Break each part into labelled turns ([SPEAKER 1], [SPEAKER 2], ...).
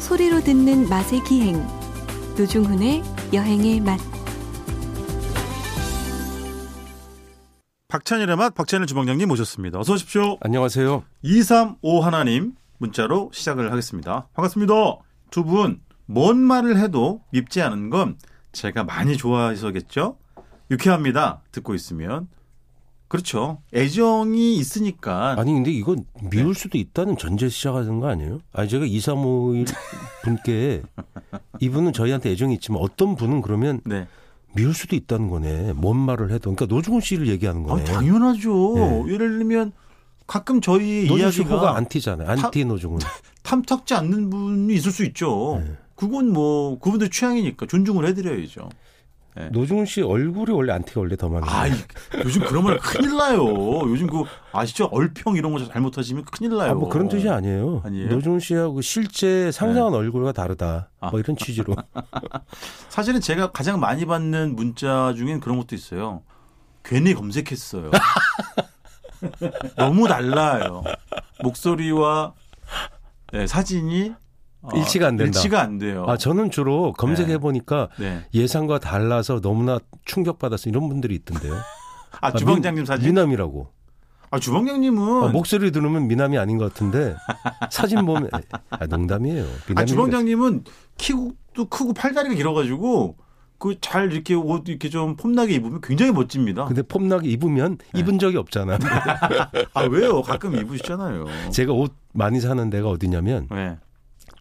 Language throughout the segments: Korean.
[SPEAKER 1] 소리로 듣는 맛의 기행 노중훈의 여행의 맛
[SPEAKER 2] 박찬일의 맛 박찬일 주방장님 모셨습니다. 어서 오십시오.
[SPEAKER 3] 안녕하세요.
[SPEAKER 2] 235 하나님 문자로 시작을 하겠습니다. 반갑습니다. 두 분 뭔 말을 해도 밉지 않은 건 제가 많이 좋아해서겠죠? 유쾌합니다. 듣고 있으면 그렇죠. 애정이 있으니까
[SPEAKER 3] 아니 근데 이건 미울
[SPEAKER 2] 네.
[SPEAKER 3] 수도 있다는 전제 시작하는 거 아니에요? 아니 제가 2351 분께 이분은 저희한테 애정이 있지만 어떤 분은 그러면
[SPEAKER 2] 네.
[SPEAKER 3] 미울 수도 있다는 거네. 뭔 말을 해도. 그러니까 노중훈 씨를 얘기하는
[SPEAKER 2] 아,
[SPEAKER 3] 거네.
[SPEAKER 2] 당연하죠.
[SPEAKER 3] 네.
[SPEAKER 2] 예를 들면 가끔 저희
[SPEAKER 3] 노중훈 씨
[SPEAKER 2] 이야기가 네.
[SPEAKER 3] 호가 안티잖아요. 안티 노중훈.
[SPEAKER 2] 탐탁지 않는 분이 있을 수 있죠. 그건 뭐 그분들 취향이니까 존중을 해드려야죠. 네.
[SPEAKER 3] 노중훈 씨 얼굴이 원래 안티가 원래 더 많아요.
[SPEAKER 2] 아, 이- 요즘 그런 말 큰일 나요. 요즘 그 아시죠? 얼평 이런 거 잘못하시면 큰일 나요.
[SPEAKER 3] 아, 뭐 그런 뜻이 아니에요.
[SPEAKER 2] 아니에요? 네.
[SPEAKER 3] 노중훈 씨하고 실제 상상한 얼굴과 다르다.
[SPEAKER 2] 아.
[SPEAKER 3] 뭐 이런 취지로.
[SPEAKER 2] 어. 사실은 제가 가장 많이 받는 문자 중엔 그런 것도 있어요. 괜히 검색했어요. 너무 달라요. 목소리와 네, 사진이 어,
[SPEAKER 3] 일치가 안 된다.
[SPEAKER 2] 일치가 안 돼요.
[SPEAKER 3] 아, 저는 주로 검색해 보니까
[SPEAKER 2] 네.
[SPEAKER 3] 예상과 달라서 너무나 충격받았어. 이런 분들이 있던데요.
[SPEAKER 2] 아, 주방장님
[SPEAKER 3] 민-
[SPEAKER 2] 사진.
[SPEAKER 3] 미남이라고.
[SPEAKER 2] 아, 주방장님은
[SPEAKER 3] 아, 목소리 들으면 미남이 아닌 것 같은데 사진 보면 아, 농담이에요.
[SPEAKER 2] 아,
[SPEAKER 3] 미남이
[SPEAKER 2] 주방장님은 키도 크고 팔다리가 길어가지고 그 잘 이렇게 옷 이렇게 좀 폼나게 입으면 굉장히 멋집니다.
[SPEAKER 3] 근데 폼나게 입으면
[SPEAKER 2] 네.
[SPEAKER 3] 입은 적이 없잖아.
[SPEAKER 2] 아 왜요? 가끔 입으시잖아요.
[SPEAKER 3] 제가 옷 많이 사는 데가 어디냐면
[SPEAKER 2] 네.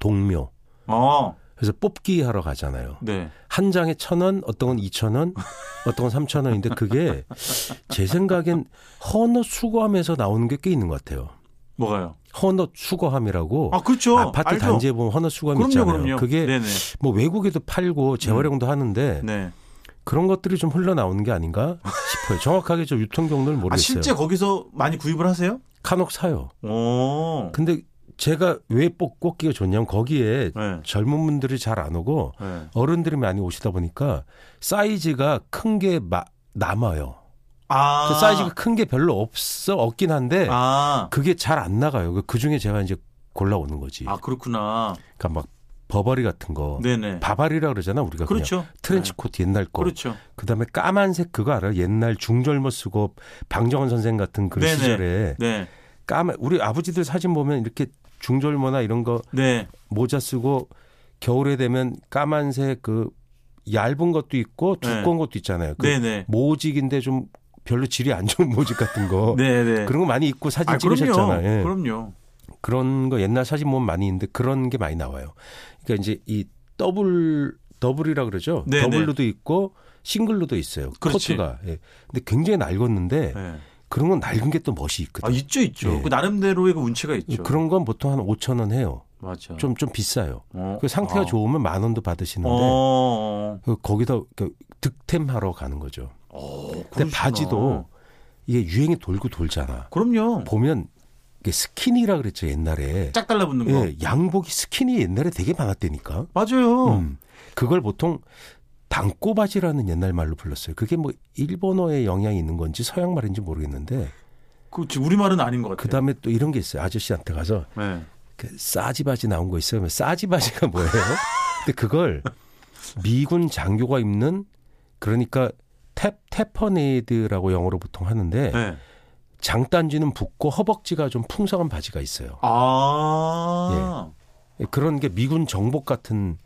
[SPEAKER 3] 동묘.
[SPEAKER 2] 어,
[SPEAKER 3] 그래서 뽑기 하러 가잖아요.
[SPEAKER 2] 네.
[SPEAKER 3] 한 장에 천 원, 어떤 건 이천 원, 어떤 건 삼천 원인데 그게 제 생각엔 헌어 수거함에서 나오는 게 꽤 있는 것 같아요.
[SPEAKER 2] 뭐가요?
[SPEAKER 3] 헌어 수거함이라고
[SPEAKER 2] 아 그렇죠.
[SPEAKER 3] 아파트
[SPEAKER 2] 알죠?
[SPEAKER 3] 단지에 보면 헌어 수거함
[SPEAKER 2] 그럼요,
[SPEAKER 3] 있잖아요.
[SPEAKER 2] 그럼요.
[SPEAKER 3] 그게
[SPEAKER 2] 네네.
[SPEAKER 3] 뭐 외국에도 팔고 재활용도 하는데
[SPEAKER 2] 네.
[SPEAKER 3] 그런 것들이 좀 흘러나오는 게 아닌가 싶어요. 정확하게 저 유통 경로를
[SPEAKER 2] 아
[SPEAKER 3] 모르겠어요.
[SPEAKER 2] 실제 거기서 많이 구입을 하세요?
[SPEAKER 3] 간혹 사요.
[SPEAKER 2] 오.
[SPEAKER 3] 근데 제가 왜 뽑- 뽑기가 좋냐면 거기에
[SPEAKER 2] 네.
[SPEAKER 3] 젊은 분들이 잘 안 오고
[SPEAKER 2] 네.
[SPEAKER 3] 어른들이 많이 오시다 보니까 사이즈가 큰 게 남아요.
[SPEAKER 2] 아.
[SPEAKER 3] 그 사이즈가 큰 게 별로 없어 없긴 한데
[SPEAKER 2] 아.
[SPEAKER 3] 그게 잘 안 나가요. 그 중에 제가 이제 골라오는 거지.
[SPEAKER 2] 아 그렇구나.
[SPEAKER 3] 그러니까 막 버버리 같은 거,
[SPEAKER 2] 네네.
[SPEAKER 3] 바바리라 그러잖아 우리가 어, 그냥.
[SPEAKER 2] 그렇죠.
[SPEAKER 3] 트렌치
[SPEAKER 2] 네.
[SPEAKER 3] 코트 옛날 거.
[SPEAKER 2] 그렇죠.
[SPEAKER 3] 그다음에 까만색 그거 알아요? 옛날 중절모 쓰고 방정원 선생 같은 그
[SPEAKER 2] 네네.
[SPEAKER 3] 시절에
[SPEAKER 2] 네.
[SPEAKER 3] 까만 우리 아버지들 사진 보면 이렇게 중절모나 이런 거
[SPEAKER 2] 네.
[SPEAKER 3] 모자 쓰고 겨울에 되면 까만색 그 얇은 것도 있고 두꺼운 것도 있잖아요. 그
[SPEAKER 2] 네. 네네.
[SPEAKER 3] 모직인데 좀 별로 질이 안 좋은 모직 같은 거
[SPEAKER 2] 네네.
[SPEAKER 3] 뭐 그런 거 많이 입고 사진
[SPEAKER 2] 아,
[SPEAKER 3] 찍으셨잖아요. 예.
[SPEAKER 2] 그럼요. 그럼요.
[SPEAKER 3] 그런 거 옛날 사진 보면 많이 있는데 그런 게 많이 나와요. 그러니까 이제 이 더블 더블이라 그러죠.
[SPEAKER 2] 네,
[SPEAKER 3] 더블로도 있고 싱글로도 있어요.
[SPEAKER 2] 그렇지.
[SPEAKER 3] 코트가. 예. 근데 굉장히 낡았는데
[SPEAKER 2] 네.
[SPEAKER 3] 그런 건 낡은 게 또 멋이
[SPEAKER 2] 아
[SPEAKER 3] 있거든. 요
[SPEAKER 2] 있죠 있죠.
[SPEAKER 3] 예.
[SPEAKER 2] 그 나름대로의 그 운치가 있죠.
[SPEAKER 3] 그런 건 보통 한 5천 원 해요.
[SPEAKER 2] 맞아.
[SPEAKER 3] 좀 좀 비싸요.
[SPEAKER 2] 어.
[SPEAKER 3] 그 상태가
[SPEAKER 2] 아.
[SPEAKER 3] 좋으면 만 원도 받으시는데
[SPEAKER 2] 어.
[SPEAKER 3] 그 거기다 그 득템하러 가는 거죠.
[SPEAKER 2] 어,
[SPEAKER 3] 근데
[SPEAKER 2] 그러시구나.
[SPEAKER 3] 바지도 이게 유행이 돌고 돌잖아.
[SPEAKER 2] 그럼요.
[SPEAKER 3] 보면 이게 스키니라 그랬죠 옛날에.
[SPEAKER 2] 짝 달라붙는 거.
[SPEAKER 3] 예, 양복이 스키니 옛날에 되게 많았다니까.
[SPEAKER 2] 맞아요.
[SPEAKER 3] 음. 그걸 보통 단꼬바지라는 옛날 말로 불렀어요. 그게 뭐 일본어의 영향이 있는 건지 서양 말인지 모르겠는데
[SPEAKER 2] 그 지금 우리 말은 아닌 것 같아요.
[SPEAKER 3] 그다음에 또 이런 게 있어요. 아저씨한테 가서
[SPEAKER 2] 네.
[SPEAKER 3] 그 싸지바지 나온 거 있어요. 그러면 싸지바지가 뭐예요? 근데 그걸 미군 장교가 입는 그러니까 탭 테퍼네이드라고 영어로 보통 하는데
[SPEAKER 2] 네.
[SPEAKER 3] 장단지는 붓고 허벅지가 좀 풍성한 바지가 있어요.
[SPEAKER 2] 아.
[SPEAKER 3] 그런 게 미군 정복 같은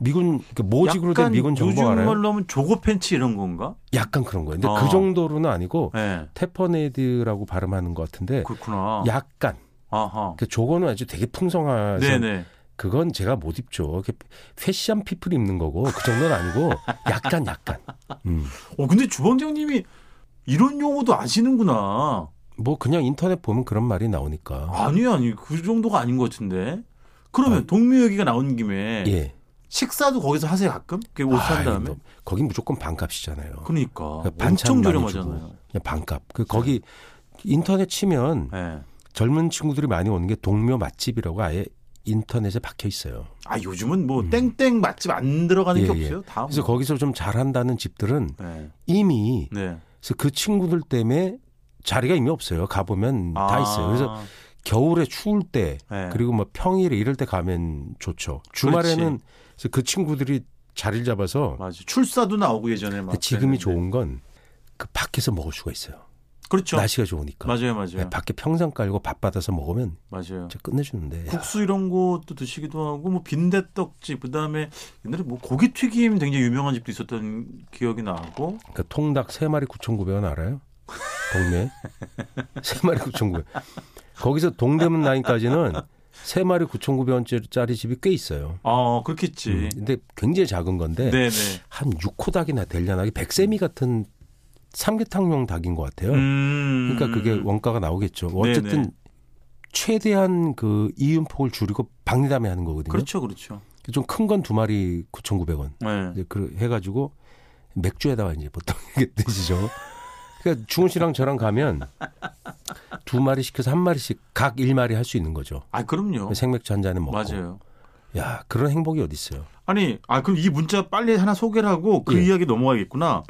[SPEAKER 3] 미군 그 모직으로 된
[SPEAKER 2] 약간
[SPEAKER 3] 미군 정복
[SPEAKER 2] 요즘
[SPEAKER 3] 알아요?
[SPEAKER 2] 말로 하면 조거 팬츠 이런 건가?
[SPEAKER 3] 약간 그런 거예요. 근데
[SPEAKER 2] 아.
[SPEAKER 3] 그 정도로는 아니고
[SPEAKER 2] 네.
[SPEAKER 3] 테퍼네이드라고 발음하는 것 같은데
[SPEAKER 2] 그렇구나.
[SPEAKER 3] 약간
[SPEAKER 2] 아하.
[SPEAKER 3] 그 조거는 아주 되게 풍성해서
[SPEAKER 2] 네네.
[SPEAKER 3] 그건 제가 못 입죠. 이렇게 패션 피플이 입는 거고 그 정도는 아니고 약간 약간. 음.
[SPEAKER 2] 어 근데 주방장님이 이런 용어도 아시는구나.
[SPEAKER 3] 뭐 그냥 인터넷 보면 그런 말이 나오니까.
[SPEAKER 2] 아니 아니 그 정도가 아닌 것 같은데. 그러면 동묘 얘기가 나온 김에
[SPEAKER 3] 아. 예.
[SPEAKER 2] 식사도 거기서 하세요 가끔? 그옷
[SPEAKER 3] 아이,
[SPEAKER 2] 산 다음에.
[SPEAKER 3] 너- 거긴 무조건 반값이잖아요.
[SPEAKER 2] 그러니까
[SPEAKER 3] 그러니까
[SPEAKER 2] 엄청
[SPEAKER 3] 반찬 많이
[SPEAKER 2] 저렴하잖아요.
[SPEAKER 3] 주고 그냥 반값. 그 거기 인터넷 치면
[SPEAKER 2] 네.
[SPEAKER 3] 젊은 친구들이 많이 오는 게 동묘 맛집이라고 아예 인터넷에 박혀 있어요.
[SPEAKER 2] 아 요즘은 뭐 땡땡 맛집 안 들어가는 게
[SPEAKER 3] 음. 예, 예.
[SPEAKER 2] 없어요. 다.
[SPEAKER 3] 그래서
[SPEAKER 2] 뭐.
[SPEAKER 3] 거기서 좀 잘한다는 집들은
[SPEAKER 2] 네.
[SPEAKER 3] 이미
[SPEAKER 2] 네.
[SPEAKER 3] 그래서 그 친구들 때문에 자리가 이미 없어요. 가보면 다 있어요. 그래서 겨울에 추울 때
[SPEAKER 2] 아. 네.
[SPEAKER 3] 그리고 뭐 평일에 이럴 때 가면 좋죠. 주말에는 그래서 그 친구들이 자리를 잡아서
[SPEAKER 2] 맞아. 네, 출사도 나오고 예전에 막.
[SPEAKER 3] 근데
[SPEAKER 2] 그랬는데.
[SPEAKER 3] 지금이 좋은 건 그 밖에서 먹을 수가 있어요.
[SPEAKER 2] 그렇죠.
[SPEAKER 3] 날씨가 좋으니까.
[SPEAKER 2] 맞아요, 맞아요,
[SPEAKER 3] 네, 밖에 평상 깔고 밥 받아서 먹으면
[SPEAKER 2] 맞아요.
[SPEAKER 3] 진짜 끝내주는데. 야,
[SPEAKER 2] 국수 이런 것도 드시기도 하고 뭐 빈대떡집 그다음에 옛날에 뭐 고기 튀김 굉장히 유명한 집도 있었던 기억이 나고
[SPEAKER 3] 그러니까 통닭 세마리 9,900원 알아요? 동네. 세마리 9,900원. 거기서 동대문 라인까지는 세마리 9,900원짜리 집이 꽤 있어요.
[SPEAKER 2] 아 그렇겠지
[SPEAKER 3] 음, 근데 굉장히 작은 건데
[SPEAKER 2] 네네
[SPEAKER 3] 한 6호 닭이나 되려나 이게 백세미 같은 삼계탕용 닭인 것 같아요.
[SPEAKER 2] 음.
[SPEAKER 3] 그러니까 그게 원가가 나오겠죠. 어쨌든
[SPEAKER 2] 네네.
[SPEAKER 3] 최대한 그 이윤폭을 줄이고 박리담에 하는 거거든요.
[SPEAKER 2] 그렇죠 그렇죠
[SPEAKER 3] 좀 큰 건 두 마리 9,900원.
[SPEAKER 2] 네.
[SPEAKER 3] 이제 그 해가지고 맥주에다가 이제 보통 이게 드시죠. 그러니까 중훈 씨랑 저랑 가면 두 마리 시켜서 한 마리씩 각 일 마리 할 수 있는 거죠.
[SPEAKER 2] 아 그럼요
[SPEAKER 3] 생맥주 한 잔에 네, 먹고.
[SPEAKER 2] 맞아요
[SPEAKER 3] 야 그런 행복이 어디 있어요?
[SPEAKER 2] 아니 아 그럼 이 문자 빨리 하나 소개를 하고 그
[SPEAKER 3] 예.
[SPEAKER 2] 이야기 넘어가겠구나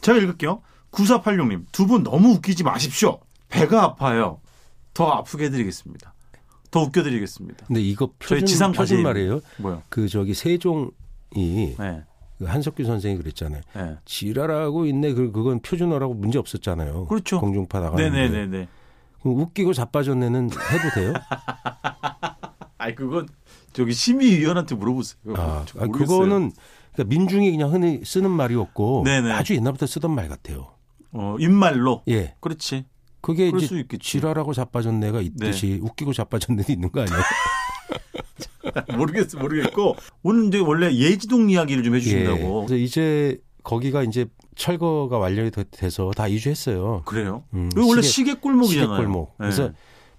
[SPEAKER 2] 제가 읽을게요 9486님 두 분 너무 웃기지 마십시오 배가 아파요 더 아프게 해드리겠습니다 더 웃겨드리겠습니다
[SPEAKER 3] 근데 이거
[SPEAKER 2] 저희
[SPEAKER 3] 표준,
[SPEAKER 2] 지상
[SPEAKER 3] 표준
[SPEAKER 2] 과제입니다.
[SPEAKER 3] 말이에요.
[SPEAKER 2] 뭐요
[SPEAKER 3] 그 저기 세종이
[SPEAKER 2] 네.
[SPEAKER 3] 그 한석규 선생이 그랬잖아요.
[SPEAKER 2] 네.
[SPEAKER 3] 지랄하고 있네. 그 그건 표준어라고 문제 없었잖아요.
[SPEAKER 2] 그렇죠.
[SPEAKER 3] 공중파 나가는데.
[SPEAKER 2] 네네네네
[SPEAKER 3] 그럼 웃기고 자빠졌네는 해도 돼요?
[SPEAKER 2] 아이 그건 저기 심의위원한테 물어보세요.
[SPEAKER 3] 아,
[SPEAKER 2] 저
[SPEAKER 3] 아,
[SPEAKER 2] 모르겠어요.
[SPEAKER 3] 그거는 그러니까 민중이 그냥 흔히 쓰는 말이었고
[SPEAKER 2] 네네.
[SPEAKER 3] 아주 옛날부터 쓰던 말 같아요.
[SPEAKER 2] 어, 입말로
[SPEAKER 3] 예,
[SPEAKER 2] 그렇지.
[SPEAKER 3] 그게
[SPEAKER 2] 그럴
[SPEAKER 3] 이제
[SPEAKER 2] 수 있겠지.
[SPEAKER 3] 지랄하고 자빠졌네가 있듯이 웃기고 자빠졌네도 있는 거 아니에요?
[SPEAKER 2] 모르겠어 모르겠고 오늘 이제 원래 예지동 이야기를 좀
[SPEAKER 3] 예.
[SPEAKER 2] 해주신다고
[SPEAKER 3] 그래서 이제 거기가 이제 철거가 완료이 돼- 돼서 다 이주했어요.
[SPEAKER 2] 그래요.
[SPEAKER 3] 음,
[SPEAKER 2] 여기 원래
[SPEAKER 3] 시계-
[SPEAKER 2] 시계, 골목이잖아요.
[SPEAKER 3] 시계골목.
[SPEAKER 2] 예.
[SPEAKER 3] 그래서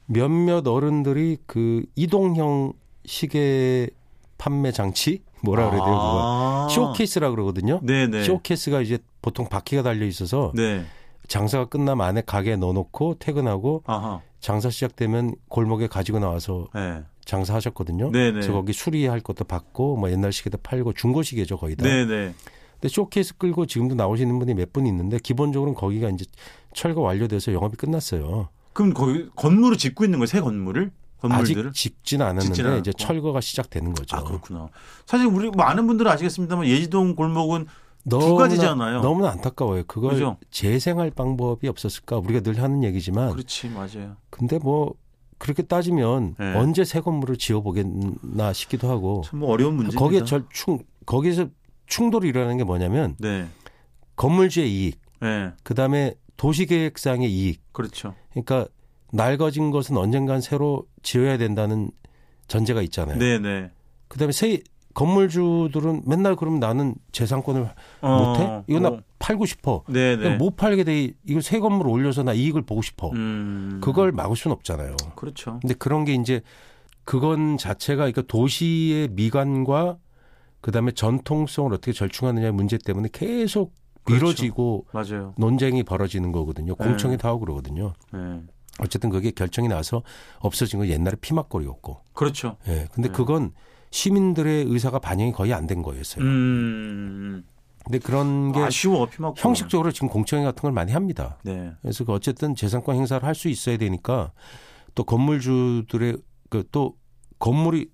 [SPEAKER 3] 몇몇 어른들이 그 이동형 시계 판매 장치 뭐라 그래야 돼요? 그거
[SPEAKER 2] 아.
[SPEAKER 3] 쇼케이스라 그러거든요.
[SPEAKER 2] 네네.
[SPEAKER 3] 쇼케이스가 이제 보통 바퀴가 달려 있어서
[SPEAKER 2] 네.
[SPEAKER 3] 장사가 끝나면 안에 가게에 넣어놓고 퇴근하고
[SPEAKER 2] 아하.
[SPEAKER 3] 장사 시작되면 골목에 가지고 나와서
[SPEAKER 2] 네.
[SPEAKER 3] 장사하셨거든요.
[SPEAKER 2] 네네.
[SPEAKER 3] 그래서 거기 수리할 것도 받고 뭐 옛날 시계도 팔고 중고 시계죠 거의 다.
[SPEAKER 2] 네네.
[SPEAKER 3] 근데 쇼케이스 끌고 지금도 나오시는 분이 몇 분 있는데 기본적으로 는 거기가 이제 철거 완료돼서 영업이 끝났어요.
[SPEAKER 2] 그럼 거기 건물을 짓고 있는 거예요. 새 건물을 건물들을.
[SPEAKER 3] 아직 짓진
[SPEAKER 2] 짓진
[SPEAKER 3] 않았는데 이제
[SPEAKER 2] 않았고.
[SPEAKER 3] 철거가 시작되는 거죠.
[SPEAKER 2] 아 그렇구나. 사실 우리 뭐 많은 분들은 아시겠습니다만 예지동 골목은
[SPEAKER 3] 너무나-
[SPEAKER 2] 가지잖아요.
[SPEAKER 3] 너무나 안타까워요. 그걸
[SPEAKER 2] 그죠?
[SPEAKER 3] 재생할 방법이 없었을까? 우리가 늘 하는 얘기지만
[SPEAKER 2] 그렇지 맞아요.
[SPEAKER 3] 근데 뭐 그렇게 따지면
[SPEAKER 2] 네.
[SPEAKER 3] 언제 새 건물을 지어 보겠나 싶기도 하고
[SPEAKER 2] 참뭐 어려운 문제입니다.
[SPEAKER 3] 뭐. 거기에 절충 거기서 충돌이 일어나는 게 뭐냐면
[SPEAKER 2] 네.
[SPEAKER 3] 건물주의 이익,
[SPEAKER 2] 네.
[SPEAKER 3] 그다음에 도시계획상의 이익.
[SPEAKER 2] 그렇죠.
[SPEAKER 3] 그러니까 낡아진 것은 언젠간 새로 지어야 된다는 전제가 있잖아요.
[SPEAKER 2] 네네.
[SPEAKER 3] 그다음에 새 건물주들은 맨날 그럼 나는 재산권을 못해? 이거 나 뭐? 팔고 싶어.
[SPEAKER 2] 어. 네네.
[SPEAKER 3] 못 팔게 돼. 이거 새 건물 올려서 나 이익을 보고 싶어.
[SPEAKER 2] 음.
[SPEAKER 3] 그걸 막을 수는 없잖아요.
[SPEAKER 2] 그렇죠.
[SPEAKER 3] 근데 그런 게 이제 그건 자체가 그러니까 도시의 미관과 그다음에 전통성을 어떻게 절충하느냐의 문제 때문에 계속
[SPEAKER 2] 그렇죠. 네.
[SPEAKER 3] 미뤄지고
[SPEAKER 2] 맞아요.
[SPEAKER 3] 논쟁이 벌어지는 거거든요. 공청회 다 하고 그러거든요.
[SPEAKER 2] 네.
[SPEAKER 3] 어쨌든 그게 결정이 나서 없어진 건 옛날에 피막거리였고.
[SPEAKER 2] 그렇죠.
[SPEAKER 3] 예. 근데
[SPEAKER 2] 네.
[SPEAKER 3] 그건 시민들의 의사가 반영이 거의 안 된 거였어요.
[SPEAKER 2] 음.
[SPEAKER 3] 근데 그런 게
[SPEAKER 2] 아쉬워 피막
[SPEAKER 3] 형식적으로 지금 공청회 같은 걸 많이 합니다.
[SPEAKER 2] 네.
[SPEAKER 3] 그래서 그 어쨌든 재산권 행사를 할 수 있어야 되니까 또 건물주들의 그 또 건물이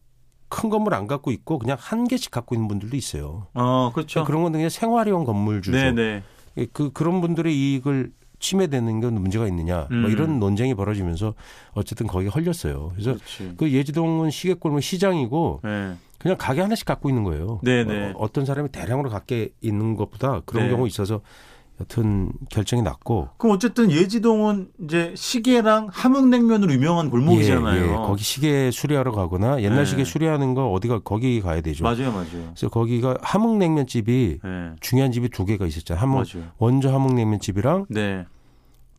[SPEAKER 3] 큰 건물 안 갖고 있고 그냥 한 개씩 갖고 있는 분들도 있어요. 그러니까
[SPEAKER 2] 어 그렇죠.
[SPEAKER 3] 네, 그런 건 그냥 생활용 건물주죠.
[SPEAKER 2] 네네.
[SPEAKER 3] 예, 그 그런 분들의 이익을 침해되는 건 문제가 있느냐 뭐
[SPEAKER 2] 음.
[SPEAKER 3] 이런 논쟁이 벌어지면서 어쨌든 거기 헐렸어요. 그래서
[SPEAKER 2] 그렇지.
[SPEAKER 3] 그 예지동은 시계골목 시장이고
[SPEAKER 2] 네.
[SPEAKER 3] 그냥 가게 하나씩 갖고 있는 거예요.
[SPEAKER 2] 네네.
[SPEAKER 3] 어, 떤 사람이 대량으로 갖게 있는 것보다 그런
[SPEAKER 2] 네.
[SPEAKER 3] 경우 있어서 여튼 결정이 났고
[SPEAKER 2] 그럼 어쨌든 예지동은 이제 시계랑 함흥냉면으로 유명한 골목이잖아요.
[SPEAKER 3] 예, 예. 거기 시계 수리하러 가거나 옛날
[SPEAKER 2] 네.
[SPEAKER 3] 시계 수리하는 거 어디가 거기 가야 되죠.
[SPEAKER 2] 맞아요, 맞아요.
[SPEAKER 3] 그래서 거기가 함흥냉면 집이
[SPEAKER 2] 네.
[SPEAKER 3] 중요한 집이 두 개가 있었잖아요. 함흥
[SPEAKER 2] 맞아요.
[SPEAKER 3] 원조 함흥냉면 집이랑
[SPEAKER 2] 네.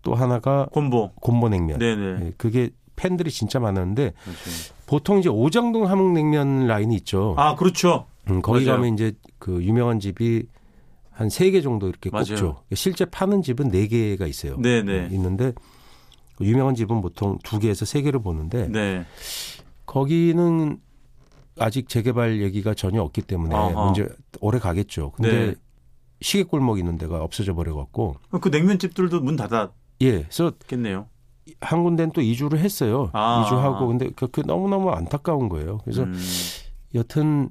[SPEAKER 3] 또 하나가
[SPEAKER 2] 곰보.
[SPEAKER 3] 곰보냉면.
[SPEAKER 2] 네네.
[SPEAKER 3] 예, 그게 팬들이 진짜 많았는데
[SPEAKER 2] 그렇죠.
[SPEAKER 3] 보통 이제 오장동 함흥냉면 라인이 있죠.
[SPEAKER 2] 아 그렇죠.
[SPEAKER 3] 음, 거기
[SPEAKER 2] 맞아요.
[SPEAKER 3] 가면 이제 그 유명한 집이 한 세 개 정도 이렇게
[SPEAKER 2] 맞아요.
[SPEAKER 3] 꼽죠. 실제 파는 집은 네개가 있어요.
[SPEAKER 2] 네네.
[SPEAKER 3] 있는데 유명한 집은 보통 두개에서세개를 보는데
[SPEAKER 2] 네.
[SPEAKER 3] 거기는 아직 재개발 얘기가 전혀 없기 때문에
[SPEAKER 2] 아하.
[SPEAKER 3] 문제 오래 가겠죠. 근데
[SPEAKER 2] 네.
[SPEAKER 3] 시계골목 있는 데가 없어져 버려 갖고
[SPEAKER 2] 그 냉면집들도 문 닫았겠네요.
[SPEAKER 3] 예. 그래서 한 군데는 또 이주를 했어요.
[SPEAKER 2] 아.
[SPEAKER 3] 이주하고 근데 그, 그 너무너무 안타까운 거예요. 그래서
[SPEAKER 2] 음,
[SPEAKER 3] 여튼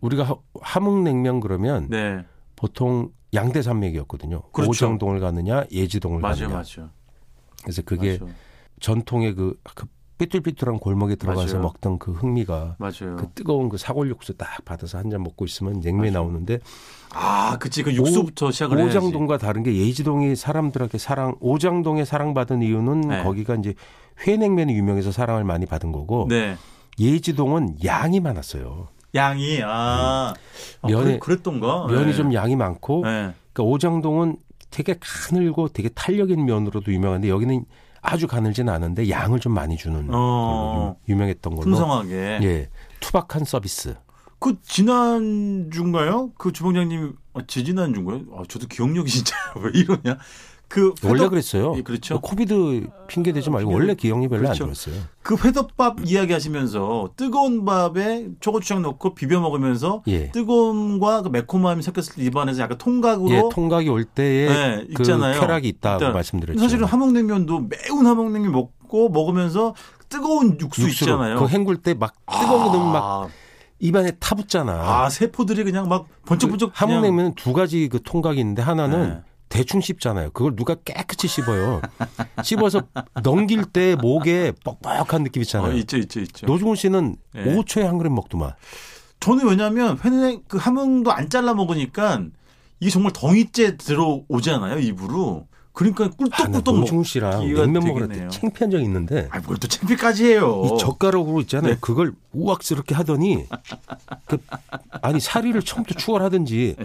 [SPEAKER 3] 우리가 하- 함흥냉면 그러면
[SPEAKER 2] 네.
[SPEAKER 3] 보통 양대 산맥이었거든요.
[SPEAKER 2] 그렇죠.
[SPEAKER 3] 오정동을 가느냐 예지동을
[SPEAKER 2] 맞아요,
[SPEAKER 3] 가느냐.
[SPEAKER 2] 맞아요.
[SPEAKER 3] 그래서 그게
[SPEAKER 2] 맞아요.
[SPEAKER 3] 전통의 그, 그 삐뚤삐뚤한 골목에 들어가서
[SPEAKER 2] 맞아요.
[SPEAKER 3] 먹던 그 흥미가
[SPEAKER 2] 맞아요.
[SPEAKER 3] 그 뜨거운 그 사골 육수 딱 받아서 한 잔 먹고 있으면 냉면이 나오는데
[SPEAKER 2] 아, 그치. 그 육수부터 시작을 해야지.
[SPEAKER 3] 오장동과 다른 게 예지동이 사람들한테 사랑 오장동에 사랑받은 이유는
[SPEAKER 2] 네.
[SPEAKER 3] 거기가 이제 회냉면이 유명해서 사랑을 많이 받은 거고
[SPEAKER 2] 네.
[SPEAKER 3] 예지동은 양이 많았어요.
[SPEAKER 2] 양이 아, 아
[SPEAKER 3] 면에-
[SPEAKER 2] 그, 그랬던가?
[SPEAKER 3] 면이
[SPEAKER 2] 네.
[SPEAKER 3] 좀 양이 많고
[SPEAKER 2] 네.
[SPEAKER 3] 그러니까 오장동은 되게 가늘고 되게 탄력인 면으로도 유명한데 여기는 아주 가늘진 않은데 양을 좀 많이
[SPEAKER 2] 어.
[SPEAKER 3] 주는
[SPEAKER 2] 네.
[SPEAKER 3] 걸로 유- 유명했던 걸로
[SPEAKER 2] 풍성하게.
[SPEAKER 3] 예 투박한 서비스
[SPEAKER 2] 그 지난 주인가요? 그 주방장님 아, 지지난 주인가요? 아, 저도 기억력이 진짜 왜 이러냐? 그
[SPEAKER 3] 원래
[SPEAKER 2] 회덮-
[SPEAKER 3] 그랬어요.
[SPEAKER 2] 예, 그렇죠.
[SPEAKER 3] 코비드 핑계 대지 말고 원래 기억이 별로
[SPEAKER 2] 그렇죠.
[SPEAKER 3] 안 들었어요.
[SPEAKER 2] 그 회덮밥 이야기하시면서 뜨거운 밥에 초고추장 넣고 비벼 먹으면서
[SPEAKER 3] 예.
[SPEAKER 2] 뜨거움과 그 매콤함이 섞였을 때 입안에서 약간 통각으로
[SPEAKER 3] 예, 통각이 올 때에
[SPEAKER 2] 네,
[SPEAKER 3] 그
[SPEAKER 2] 있잖아요.
[SPEAKER 3] 쾌락이 있다고
[SPEAKER 2] 일단
[SPEAKER 3] 말씀드렸죠.
[SPEAKER 2] 사실은 함흥냉면도 매운 함흥냉면 먹고 먹으면서 뜨거운 육수
[SPEAKER 3] 육수로
[SPEAKER 2] 있잖아요.
[SPEAKER 3] 그거 헹굴 때 막 뜨거운 거 넣으면 막
[SPEAKER 2] 아,
[SPEAKER 3] 입안에 타붙잖아.
[SPEAKER 2] 아, 세포들이 그냥 막
[SPEAKER 3] 그
[SPEAKER 2] 번쩍번쩍 그냥-
[SPEAKER 3] 함흥냉면은 두 가지 그 통각이 있는데 하나는
[SPEAKER 2] 네.
[SPEAKER 3] 대충 씹잖아요. 그걸 누가 깨끗이 씹어요. 씹어서 넘길 때 목에 뻑뻑한
[SPEAKER 2] 어,
[SPEAKER 3] 느낌 있잖아요.
[SPEAKER 2] 있죠, 있죠, 있죠.
[SPEAKER 3] 노중훈 씨는
[SPEAKER 2] 네.
[SPEAKER 3] 5초에 한 그릇 먹더만.
[SPEAKER 2] 저는 왜냐하면 회는 그 함흥도 안 잘라 먹으니까 이게 정말 덩이째 들어오잖아요 입으로. 그러니까
[SPEAKER 3] 아, 나
[SPEAKER 2] 꿀떡꿀떡
[SPEAKER 3] 노중훈 씨랑
[SPEAKER 2] 먹기가
[SPEAKER 3] 냉면
[SPEAKER 2] 되긴
[SPEAKER 3] 먹을 때
[SPEAKER 2] 해요.
[SPEAKER 3] 창피한 적이 있는데
[SPEAKER 2] 아, 뭘또 창피까지 해요.
[SPEAKER 3] 이 젓가락으로
[SPEAKER 2] 네.
[SPEAKER 3] 있잖아요. 그걸 우악스럽게 하더니 그, 아니 사리를 처음부터 추월하든지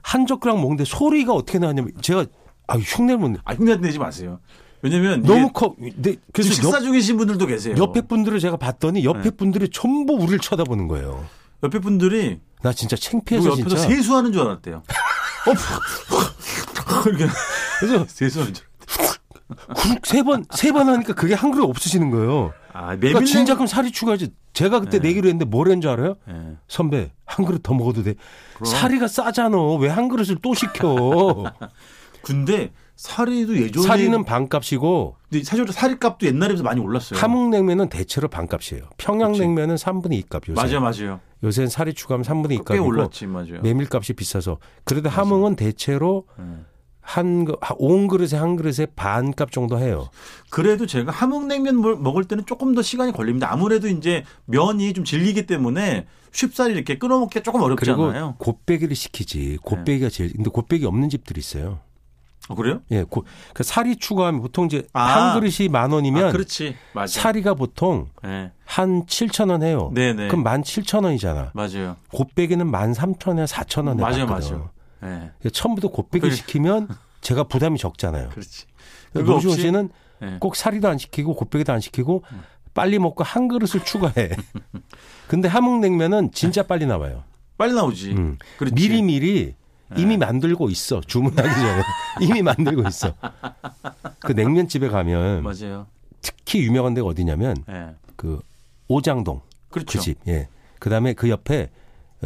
[SPEAKER 3] 한 젓가락 먹는데 소리가 어떻게 나냐면 제가 아 흉내면
[SPEAKER 2] 아, 흉내 내지 마세요. 왜냐면 이게
[SPEAKER 3] 너무 커. 근데
[SPEAKER 2] 지금
[SPEAKER 3] 그래서
[SPEAKER 2] 네. 식사
[SPEAKER 3] 옆,
[SPEAKER 2] 중이신 분들도 계세요.
[SPEAKER 3] 옆에 분들을 제가 봤더니 옆에
[SPEAKER 2] 네.
[SPEAKER 3] 분들이 전부 우리를 쳐다보는 거예요.
[SPEAKER 2] 옆에 분들이
[SPEAKER 3] 나 진짜
[SPEAKER 2] 누구
[SPEAKER 3] 창피해서
[SPEAKER 2] 옆에서
[SPEAKER 3] 진짜.
[SPEAKER 2] 세수하는 줄 알았대요. 어, 이렇게
[SPEAKER 3] 그래서
[SPEAKER 2] 세수하는 줄. 알았대요.
[SPEAKER 3] 세번 세 번 하니까 그게 한 그릇 없어지는 거예요.
[SPEAKER 2] 아,
[SPEAKER 3] 그러니까
[SPEAKER 2] 메밀
[SPEAKER 3] 진짜 그럼 살이 추가하지. 제가 그때
[SPEAKER 2] 네.
[SPEAKER 3] 내기로 했는데 뭘 했는 줄 알아요?
[SPEAKER 2] 예.
[SPEAKER 3] 선배 한 그릇 더 먹어도 돼. 사리가 싸잖아. 왜 한 그릇을 또 시켜?
[SPEAKER 2] 근데 사리도 예전에
[SPEAKER 3] 사리는 반값이고
[SPEAKER 2] 근데 사실 사리값도 옛날에 비해서 많이 올랐어요.
[SPEAKER 3] 함흥냉면은 대체로 반값이에요. 평양냉면은 3분의 2값 요새.
[SPEAKER 2] 맞아요, 맞아요.
[SPEAKER 3] 요새는 사리 추가하면 3분의
[SPEAKER 2] 꽤
[SPEAKER 3] 2값이고
[SPEAKER 2] 올랐지, 맞아요.
[SPEAKER 3] 메밀값이 비싸서. 그래도 함흥은 대체로
[SPEAKER 2] 예.
[SPEAKER 3] 한 온 그릇에 한 그릇에 반값 정도 해요.
[SPEAKER 2] 그래도 제가 함흥냉면 먹- 먹을 때는 조금 더 시간이 걸립니다. 아무래도 이제 면이 좀 질리기 때문에 쉽사리 이렇게 끊어먹기가 조금
[SPEAKER 3] 그리고
[SPEAKER 2] 어렵잖아요. 네.
[SPEAKER 3] 곱빼기를 시키지. 곱빼기가 제일 근데 곱빼기 없는 집들이 있어요.
[SPEAKER 2] 어, 그래요?
[SPEAKER 3] 예, 고, 그 사리 추가하면 보통 이제
[SPEAKER 2] 아.
[SPEAKER 3] 한 그릇이 만 원이면
[SPEAKER 2] 아, 그렇지. 맞아요.
[SPEAKER 3] 사리가 보통
[SPEAKER 2] 네.
[SPEAKER 3] 한 7천 원 해요.
[SPEAKER 2] 네네.
[SPEAKER 3] 그럼 만 7천 원이잖아.
[SPEAKER 2] 맞아요.
[SPEAKER 3] 곱빼기는 만 3천 원에 4천 원에
[SPEAKER 2] 맞아요,
[SPEAKER 3] 받거든.
[SPEAKER 2] 맞아요. 네.
[SPEAKER 3] 그래서 처음부터 곱빼기
[SPEAKER 2] 곱빼기.
[SPEAKER 3] 시키면 제가 부담이 적잖아요.
[SPEAKER 2] 그렇지. 그거
[SPEAKER 3] 노지원
[SPEAKER 2] 없이 음.
[SPEAKER 3] 씨는
[SPEAKER 2] 네.
[SPEAKER 3] 꼭 사리도 안 시키고 곱빼기도 안 시키고 빨리 먹고 한 그릇을 추가해. 근데 함흥냉면은 진짜 빨리 나와요.
[SPEAKER 2] 빨리 나오지.
[SPEAKER 3] 음.
[SPEAKER 2] 그렇지. 예.
[SPEAKER 3] 미리 미리 이미 만들고 있어 주문하기 전에 이미 만들고 있어. 그 냉면집에 가면
[SPEAKER 2] 맞아요.
[SPEAKER 3] 특히 유명한 데가 어디냐면
[SPEAKER 2] 네.
[SPEAKER 3] 그 오장동
[SPEAKER 2] 그렇죠.
[SPEAKER 3] 그 집. 예. 그다음에 그 옆에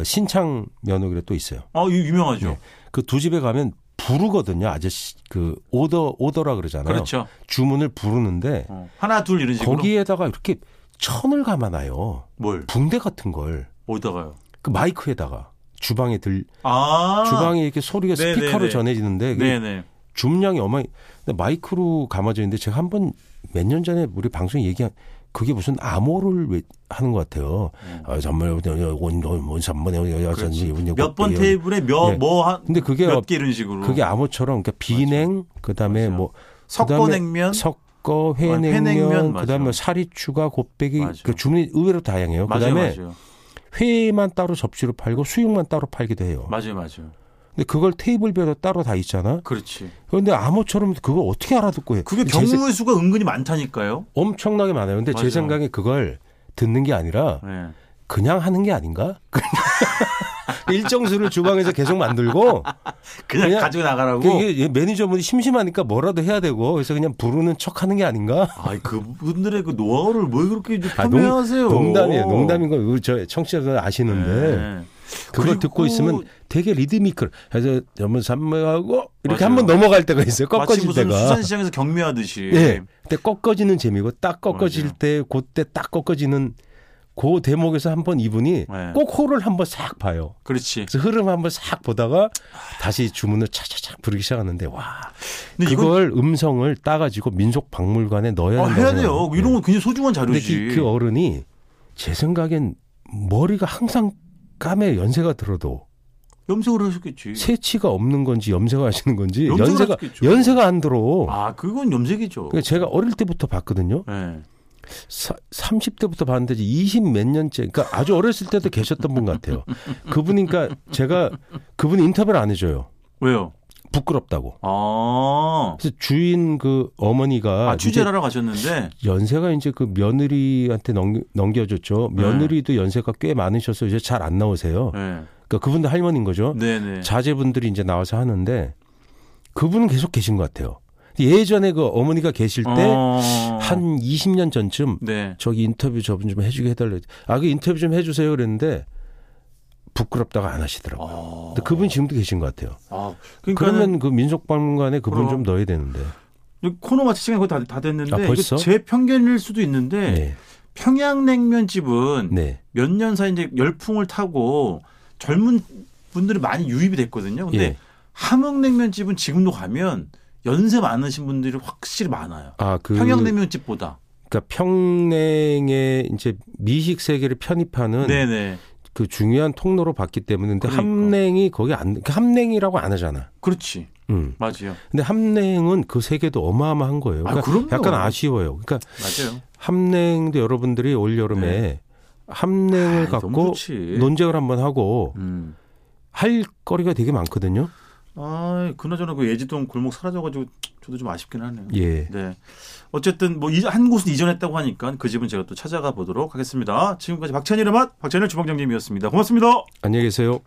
[SPEAKER 3] 신창 면옥이라 또 있어요.
[SPEAKER 2] 아, 이거 유명하죠.
[SPEAKER 3] 그 두 집에 가면 부르거든요. 아저씨 그 오더 오더라 그러잖아요.
[SPEAKER 2] 그렇죠.
[SPEAKER 3] 주문을 부르는데
[SPEAKER 2] 어. 하나, 둘 이런 식으로.
[SPEAKER 3] 거기에다가 이렇게 천을 감아놔요.
[SPEAKER 2] 뭘?
[SPEAKER 3] 붕대 같은 걸.
[SPEAKER 2] 어디다가요?
[SPEAKER 3] 그 마이크에다가 주방에 들
[SPEAKER 2] 아.
[SPEAKER 3] 주방에 이렇게 소리가
[SPEAKER 2] 네,
[SPEAKER 3] 스피커로
[SPEAKER 2] 네, 네.
[SPEAKER 3] 전해지는데 그게
[SPEAKER 2] 네네.
[SPEAKER 3] 줌량이 어마이 근데 마이크로 감아져 있는데 제가 한 번 몇 년 전에 우리 방송에 얘기한 그게 무슨 암호를 왜 하는 것 같아요. 아, 정말 원원 삼번에
[SPEAKER 2] 몇 번 테이블에
[SPEAKER 3] 예.
[SPEAKER 2] 몇, 뭐, 한,
[SPEAKER 3] 근데 그게
[SPEAKER 2] 몇 개 이런 식으로.
[SPEAKER 3] 그게 암호처럼 그러니까 비냉 그다음에
[SPEAKER 2] 맞아요.
[SPEAKER 3] 뭐 그다음에
[SPEAKER 2] 석고냉면.
[SPEAKER 3] 섞어
[SPEAKER 2] 회냉면,
[SPEAKER 3] 회냉면,
[SPEAKER 2] 맞아요.
[SPEAKER 3] 그다음에 사리 추가 곱빼기
[SPEAKER 2] 맞아요.
[SPEAKER 3] 그 주문이 의외로 다양해요.
[SPEAKER 2] 맞아요,
[SPEAKER 3] 그다음에
[SPEAKER 2] 맞아요.
[SPEAKER 3] 회만 따로 접시로 팔고 수육만 따로 팔기도 해요.
[SPEAKER 2] 맞아요, 맞아요.
[SPEAKER 3] 근데 그걸 테이블별로 따로 다 있잖아.
[SPEAKER 2] 그렇지.
[SPEAKER 3] 그런데 암호처럼 그걸 어떻게 알아듣고 해?
[SPEAKER 2] 그게
[SPEAKER 3] 제 세-
[SPEAKER 2] 병의 수가 은근히 많다니까요.
[SPEAKER 3] 엄청나게 많아요. 근데
[SPEAKER 2] 맞아요.
[SPEAKER 3] 제 생각에 그걸 듣는 게 아니라
[SPEAKER 2] 네.
[SPEAKER 3] 그냥 하는 게 아닌가? 일정 수를 주방에서 계속 만들고
[SPEAKER 2] 그냥,
[SPEAKER 3] 그냥-
[SPEAKER 2] 가지고 나가라고.
[SPEAKER 3] 이게 매니저분이 심심하니까 뭐라도 해야 되고 그래서 그냥 부르는 척하는 게 아닌가?
[SPEAKER 2] 아, 그분들의 그 노하우를 왜 그렇게 이제
[SPEAKER 3] 아, 농-
[SPEAKER 2] 표명하세요? 어.
[SPEAKER 3] 농담이에요. 농담인 걸저 청취자들 그 아시는데
[SPEAKER 2] 네.
[SPEAKER 3] 그걸
[SPEAKER 2] 그리고-
[SPEAKER 3] 듣고 있으면 되게 리드미컬. 그래서 연문 산모하고 이렇게
[SPEAKER 2] 맞아요.
[SPEAKER 3] 한번 넘어갈 때가 있어요.
[SPEAKER 2] 마치
[SPEAKER 3] 꺾어질
[SPEAKER 2] 무슨
[SPEAKER 3] 때가.
[SPEAKER 2] 수산시장에서 경매하듯이.
[SPEAKER 3] 예. 근데 꺾어지는 재미고 딱 꺾어질
[SPEAKER 2] 맞아요.
[SPEAKER 3] 때 그때 딱 꺾어지는 그 대목에서 한번 이분이
[SPEAKER 2] 네.
[SPEAKER 3] 꼭 호를 한번 싹 봐요.
[SPEAKER 2] 그렇지.
[SPEAKER 3] 그래서 흐름 한번 싹 보다가 다시 주문을 차차차 부르기 시작하는데 와
[SPEAKER 2] 아. 근데 이건
[SPEAKER 3] 그걸 음성을 따가지고 민속 박물관에 넣어야
[SPEAKER 2] 아,
[SPEAKER 3] 된다고
[SPEAKER 2] 해야 돼요.
[SPEAKER 3] 생각해요.
[SPEAKER 2] 이런 건 굉장히 소중한
[SPEAKER 3] 근데
[SPEAKER 2] 자료지.
[SPEAKER 3] 그, 그 어른이 제 생각엔 머리가 항상 까매 연세가 들어도
[SPEAKER 2] 염색을 하셨겠지.
[SPEAKER 3] 새치가 없는 건지 염색을 하시는 건지
[SPEAKER 2] 염색을
[SPEAKER 3] 연세가
[SPEAKER 2] 하셨겠죠.
[SPEAKER 3] 연세가 안 들어.
[SPEAKER 2] 아, 그건 염색이죠.
[SPEAKER 3] 그러니까 제가 어릴 때부터 봤거든요.
[SPEAKER 2] 예.
[SPEAKER 3] 사, 30대부터 봤는데 20 몇 년째 그러니까 아주 어렸을 때도 계셨던 분 같아요. 그분이 그러니까 제가 그분이 인터뷰를 안 해줘요.
[SPEAKER 2] 왜요?
[SPEAKER 3] 부끄럽다고.
[SPEAKER 2] 아,
[SPEAKER 3] 그래서 주인 그 어머니가
[SPEAKER 2] 아 취재를 하러 가셨는데
[SPEAKER 3] 이제 연세가 이제 그 며느리한테 넘, 넘겨줬죠. 며느리도 연세가 꽤 많으셔서 이제 잘 안 나오세요.
[SPEAKER 2] 네.
[SPEAKER 3] 그러니까 그분도 할머니인 거죠.
[SPEAKER 2] 네네.
[SPEAKER 3] 자제분들이 이제 나와서 하는데 그분은 계속 계신 것 같아요. 예전에 그 어머니가 계실 때 한
[SPEAKER 2] 어.
[SPEAKER 3] 20년 전쯤
[SPEAKER 2] 네.
[SPEAKER 3] 저기 인터뷰 저분 좀 해주게 해달래. 아, 그 인터뷰 좀 해주세요. 그랬는데 부끄럽다가 안 하시더라고요.
[SPEAKER 2] 아,
[SPEAKER 3] 근데 그분 지금도 계신 것 같아요.
[SPEAKER 2] 아,
[SPEAKER 3] 그
[SPEAKER 2] 그러니까
[SPEAKER 3] 러면그 민속박물관에 그분
[SPEAKER 2] 그럼.
[SPEAKER 3] 좀 넣어야 되는데.
[SPEAKER 2] 코너 마칠 시간이 거의 다, 다 됐는데
[SPEAKER 3] 아, 벌써?
[SPEAKER 2] 이거 제 편견일 수도 있는데
[SPEAKER 3] 네.
[SPEAKER 2] 평양냉면집은
[SPEAKER 3] 네.
[SPEAKER 2] 몇 년 사이 이제 열풍을 타고 젊은 분들이 많이 유입이 됐거든요. 근데
[SPEAKER 3] 예.
[SPEAKER 2] 함흥냉면집은 지금도 가면 연세 많으신 분들이 확실히 많아요.
[SPEAKER 3] 아, 그
[SPEAKER 2] 평양냉면집보다.
[SPEAKER 3] 그러니까 평냉에 이제 미식 세계를 편입하는
[SPEAKER 2] 네네.
[SPEAKER 3] 그 중요한 통로로 봤기 때문에 근데
[SPEAKER 2] 그러니까.
[SPEAKER 3] 함냉이 거기 안 그러니까 함냉이라고 안 하잖아.
[SPEAKER 2] 그렇지.
[SPEAKER 3] 음.
[SPEAKER 2] 맞아요.
[SPEAKER 3] 근데 함냉은 그 세계도 어마어마한 거예요.
[SPEAKER 2] 아,
[SPEAKER 3] 그러니까
[SPEAKER 2] 그럼요.
[SPEAKER 3] 약간 아쉬워요. 그러니까
[SPEAKER 2] 맞아요.
[SPEAKER 3] 함냉도 여러분들이 올 여름에 함냉을
[SPEAKER 2] 네. 아이, 너무
[SPEAKER 3] 갖고
[SPEAKER 2] 좋지.
[SPEAKER 3] 논쟁을 한번 하고
[SPEAKER 2] 음.
[SPEAKER 3] 할 거리가 되게 많거든요.
[SPEAKER 2] 아, 그나저나 그 예지동 골목 사라져가지고 저도 좀 아쉽긴 하네요.
[SPEAKER 3] 예.
[SPEAKER 2] 네. 어쨌든 뭐 한 곳은 이전했다고 하니까 그 집은 제가 또 찾아가 보도록 하겠습니다. 지금까지 박찬일의 맛, 박찬일 주방장님이었습니다. 고맙습니다.
[SPEAKER 3] 안녕히 계세요.